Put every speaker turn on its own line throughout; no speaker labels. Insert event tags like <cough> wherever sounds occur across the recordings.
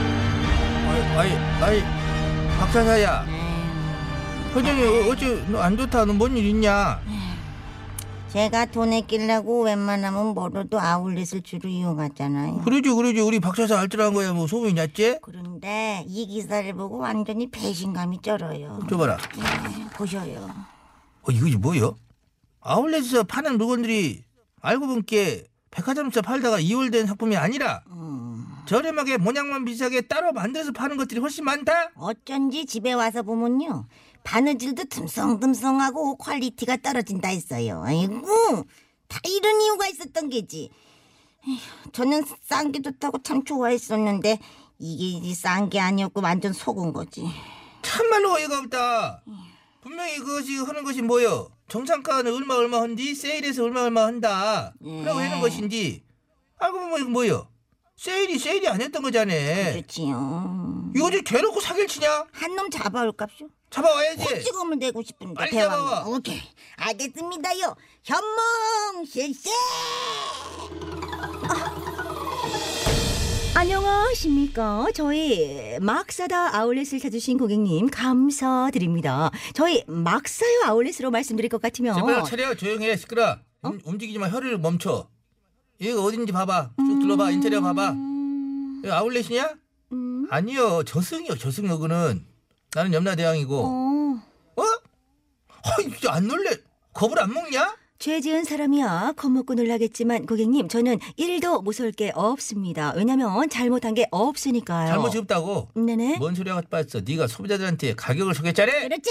아이, 아이, 아이, 박사사야. 허정이 어- 어째 너 안 좋다. 너 뭔 일 있냐?
제가 돈에 끼려고 웬만하면 뭐로도 아울렛을 주로 이용하잖아요.
그러지, 그러지. 우리 박사사 알뜰한 거야. 뭐 소문이 났지?
그런데 이 기사를 보고 완전히 배신감이 쩔어요.
줘봐라.
예, 보셔요.
어, 이거 뭐요? 아울렛에서 파는 물건들이 알고 보니까 백화점에서 팔다가 이월된 상품이 아니라 저렴하게 모양만 비싸게 따로 만들어서 파는 것들이 훨씬 많다?
어쩐지 집에 와서 보면요. 바느질도 듬성듬성하고 퀄리티가 떨어진다 했어요. 아이고, 다 이런 이유가 있었던 게지. 에휴, 저는 싼 게 좋다고 참 좋아했었는데 이게 싼 게 아니었고 완전 속은 거지.
참말로 어이가 없다. 분명히 그것이 하는 것이 뭐요? 정상가는 얼마 얼마 한디 세일에서 얼마 얼마 한다. 라고 하는 것인지 알고 보면 이거 뭐요? 세일이 세일이 아니었던 거잖아.
그렇지요.
이거 지금 괴롭고 사기를 치냐?
한 놈 잡아올 값이요.
잡아와야지.
찍음을 내고 싶은데
빨리
대왕님.
예. 잡아와.
오케이 알겠습니다요 현몽 실세
아. 안녕하십니까. 저희 막사다 아울렛을 찾으신 고객님 감사드립니다. 저희 막사요 아울렛으로 말씀드릴 것 같으면
제발 차려 조용해 시끄러. 음, 움- 움직이지 마 혀를 멈춰. 이거 어딘지 봐봐. 쭉 둘러봐 인테리어 봐봐. 이거 아울렛이냐? 아니요 저승이요 저승 여기는 나는 염라 대왕이고. 어?
어,
허 이제 안 놀래? 겁을 안 먹냐?
죄 지은 사람이야 겁먹고 놀라겠지만 고객님 저는 1도 무서울 게 없습니다. 왜냐면 잘못한 게 없으니까요.
잘못이 없다고. 뭐?
네네.
뭔 소리 하고 빠졌어? 네가 소비자들한테 가격을 소개했잖아.
그렇지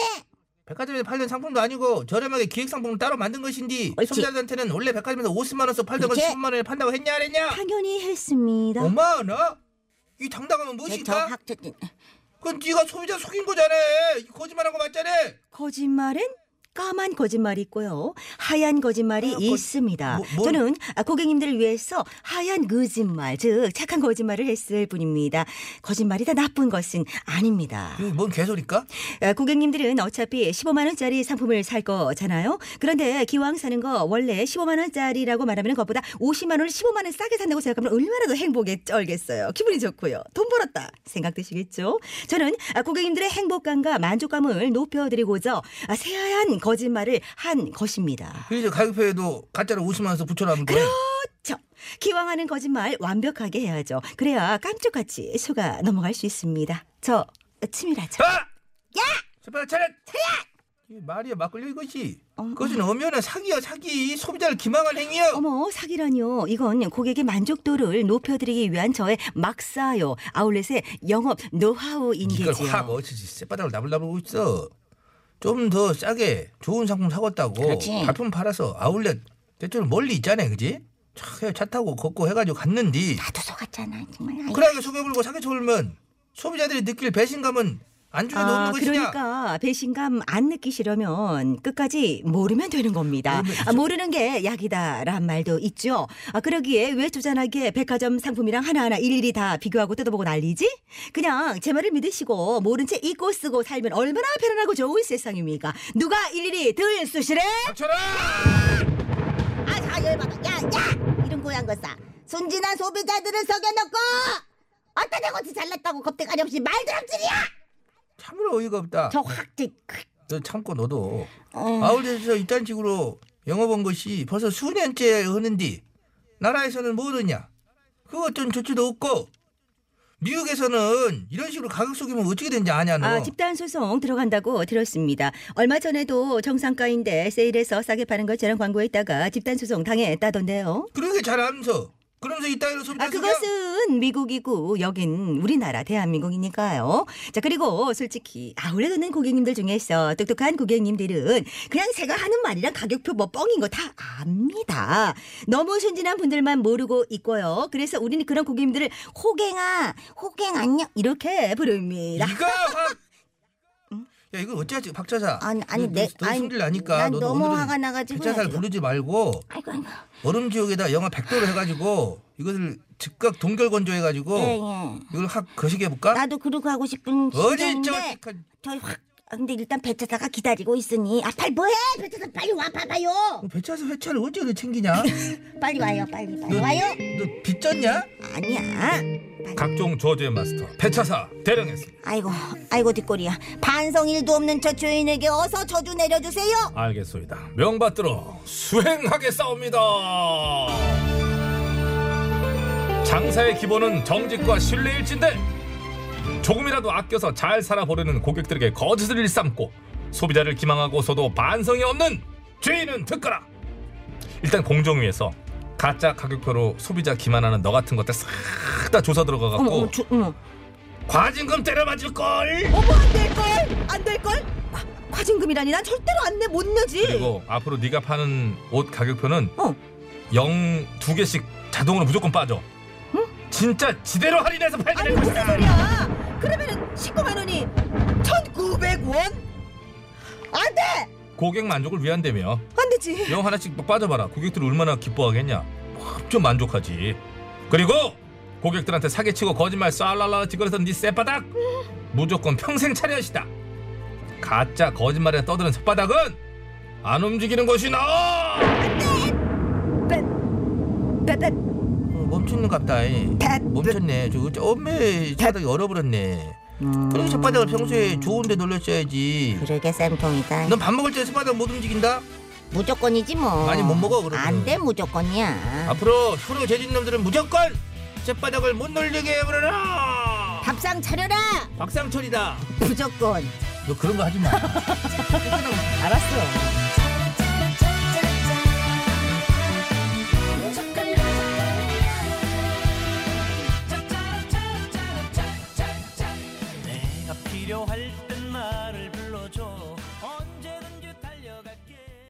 백화점에서 팔던 상품도 아니고 저렴하게 기획 상품을 따로 만든 것인지
옳지.
소비자들한테는 원래 백화점에서 50만 원씩 팔던 걸
그렇지.
10만 원에 판다고 했냐 안 했냐?
당연히 했습니다.
어마나? 이 당당하면
네, 저
무엇일까?
학자
그건 네가 소비자 속인 거잖아. 이 거짓말한 거 맞잖아.
거짓말은 까만 거짓말이 있고요. 하얀 거짓말이
어, 거-
있습니다.
뭐- 뭐-
저는 고객님들을 위해서 하얀 거짓말, 즉 착한 거짓말을 했을 뿐입니다. 거짓말이 다 나쁜 것은 아닙니다.
이거 뭔 개소리일까?
아, 고객님들은 어차피 15만 원짜리 상품을 살 거잖아요. 그런데 기왕 사는 거 원래 15만 원짜리라고 말하면 그것보다 50만 원을 15만 원 싸게 산다고 생각하면 얼마나 더 행복에 쩔겠어요. 기분이 좋고요. 돈 벌었다 생각되시겠죠? 저는 아, 고객님들의 행복감과 만족감을 높여드리고자 아, 새하얀 거짓말을 한 것입니다.
그래서 가격표에도 가짜로 50만 원씩 붙여놔면 돼.
저 기왕 하는 거짓말 완벽하게 해야죠. 그래야 깜짝같이 속아 넘어갈 수 있습니다. 저 치밀하죠.
자! 야! 어? 제발 차려! 차려! 이 말이야 막걸리 이것이. 그것은 엄연한 사기야 사기. 소비자를 기망한 행위야.
어, 어머 사기라니요. 이건 고객의 만족도를 높여드리기 위한 저의 막사요 아울렛의 영업 노하우인
이걸 확
게지요.
어찌지 쌔바닥을 나불나불고 있어. 좀 더 싸게 좋은 상품 사갔다고
그렇지.
발품 팔아서 아울렛 대출 멀리 있잖아, 그지? 차, 차 타고 걷고 해가지고 갔는데
나도 속았잖아 정말 아이,
그러하게 소개불고 사기 졸면 소비자들이 느낄 배신감은 안중에도
아,
없는 것이냐?
그러니까 배신감 안 느끼시려면 끝까지 모르면 되는 겁니다.
모르면
아, 모르는 게 약이다란 말도 있죠. 아, 그러기에 왜 조잔하게 백화점 상품이랑 하나하나 일일이 다 비교하고 뜯어보고 난리지? 그냥 제 말을 믿으시고 모른 채 잊고 쓰고 살면 얼마나 편안하고 좋은 세상입니까? 누가 일일이 들 수시래?
박철아!
아다 열받아 야야 이런 고향 거사 순진한 소비자들을 속여놓고 어떠냐 고치 잘났다고 겁대가리 없이 말드럼질이야
참으로 어이가 없다.
저 학자
너 참고 너도
어.
아울렛에서 이딴 식으로 영업한 것이 벌써 수년째 하는디 나라에서는 뭐느냐 그거 어떤 조치도 없고 미국에서는 이런 식으로 가격 속이면 어떻게 되는지 아냐 너
아, 집단 소송 들어간다고 들었습니다. 얼마 전에도 정상가인데 세일해서 싸게 파는 것처럼 광고했다가 집단 소송 당했다던데요.
그러게 잘 알면서 그러면서 이따위로 손
아,
뺏으면
그것은 미국이고 여긴 우리나라 대한민국이니까요. 자, 그리고 솔직히 아울러 듣는 고객님들 중에서 똑똑한 고객님들은 그냥 제가 하는 말이랑 가격표 뭐 뻥인 거 다 압니다. 너무 순진한 분들만 모르고 있고요. 그래서 우리는 그런 고객님들을 호갱아,
호갱 안녕.
이렇게 부릅니다.
네가 확. 야 이거 어찌하지 박 차사.
아니 아니
너,
내
너, 너
아니
승질 나니까
난
너도
너무
오늘은
화가 나가지고
박 차사를 부르지 말고
아이고 아이고.
얼음 지옥에다 영하 100도로 해가지고 이것을 즉각 동결 건조해가지고
예, 예.
이걸 확 거시게 해볼까?
나도 그러고 하고 싶은
어. 어디 저
심정인데 저확 근데 일단 배차사가 기다리고 있으니 아팔 뭐해 배차사 빨리 와 봐봐요
그 배차사 회차를 언제 이렇게 챙기냐?
빨리 와요 빨리
<laughs>
빨리
너-
와요
너 빚졌냐?
아니야
각종 저주의 마스터 배차사 대령했습니다.
아이고 아이고 뒷골이야 반성 일도 없는 저 주인에게 어서 저주 내려주세요
아, 알겠소이다. 명받들어 수행하게 싸웁니다. 장사의 기본은 정직과 신뢰일진데 조금이라도 아껴서 잘 살아보려는 고객들에게 거짓을 일삼고 소비자를 기망하고서도 반성이 없는 죄인은 듣거라. 일단 공정위에서 가짜 가격표로 소비자 기만하는 너 같은 것들 싹 다 조사 들어가갖고
어머 어머 주, 어머
과징금 때려 맞을 걸.
어머, 안 될걸? 안 될걸? 과- 과징금이라니 난 절대로 안 내 못 내지.
그리고 앞으로 네가 파는 옷 가격표는
어.
영 두 개씩 자동으로 무조건 빠져. 진짜 지대로 할인해서 팔게
아니
될
무슨
거야.
소리야? 그러면은 19만 원이 1,900원? 안 돼!
고객 만족을 위한다며
안 되지.
영 하나씩 막 빠져봐라. 고객들 얼마나 기뻐하겠냐. 좀 만족하지. 그리고 고객들한테 사기치고 거짓말 쌀랄라 지거려서 네 쌔바닥 무조건 평생 차려시다. 가짜 거짓말에 떠드는 쌔바닥은 안 움직이는 것이 나아.
빼빼
어, 멈췄는 갑다이.
다-
멈췄네. 저 어메 바닥이 얼어버렸네. 그리고 쇳바닥을 평소에 좋은데 놀렸어야지.
음. 그러게 쌤통이다
넌 밥 먹을 때 쇳바닥 못 움직인다.
무조건이지 뭐
많이 못 먹어, 그러면. 아.
안돼 무조건이야
앞으로 효력 재진 놈들은 무조건 쇳바닥을 못 놀리게 해버려라.
밥상 차려라
박상철이다.
무조건
너 그런 거 하지 마.
알았어.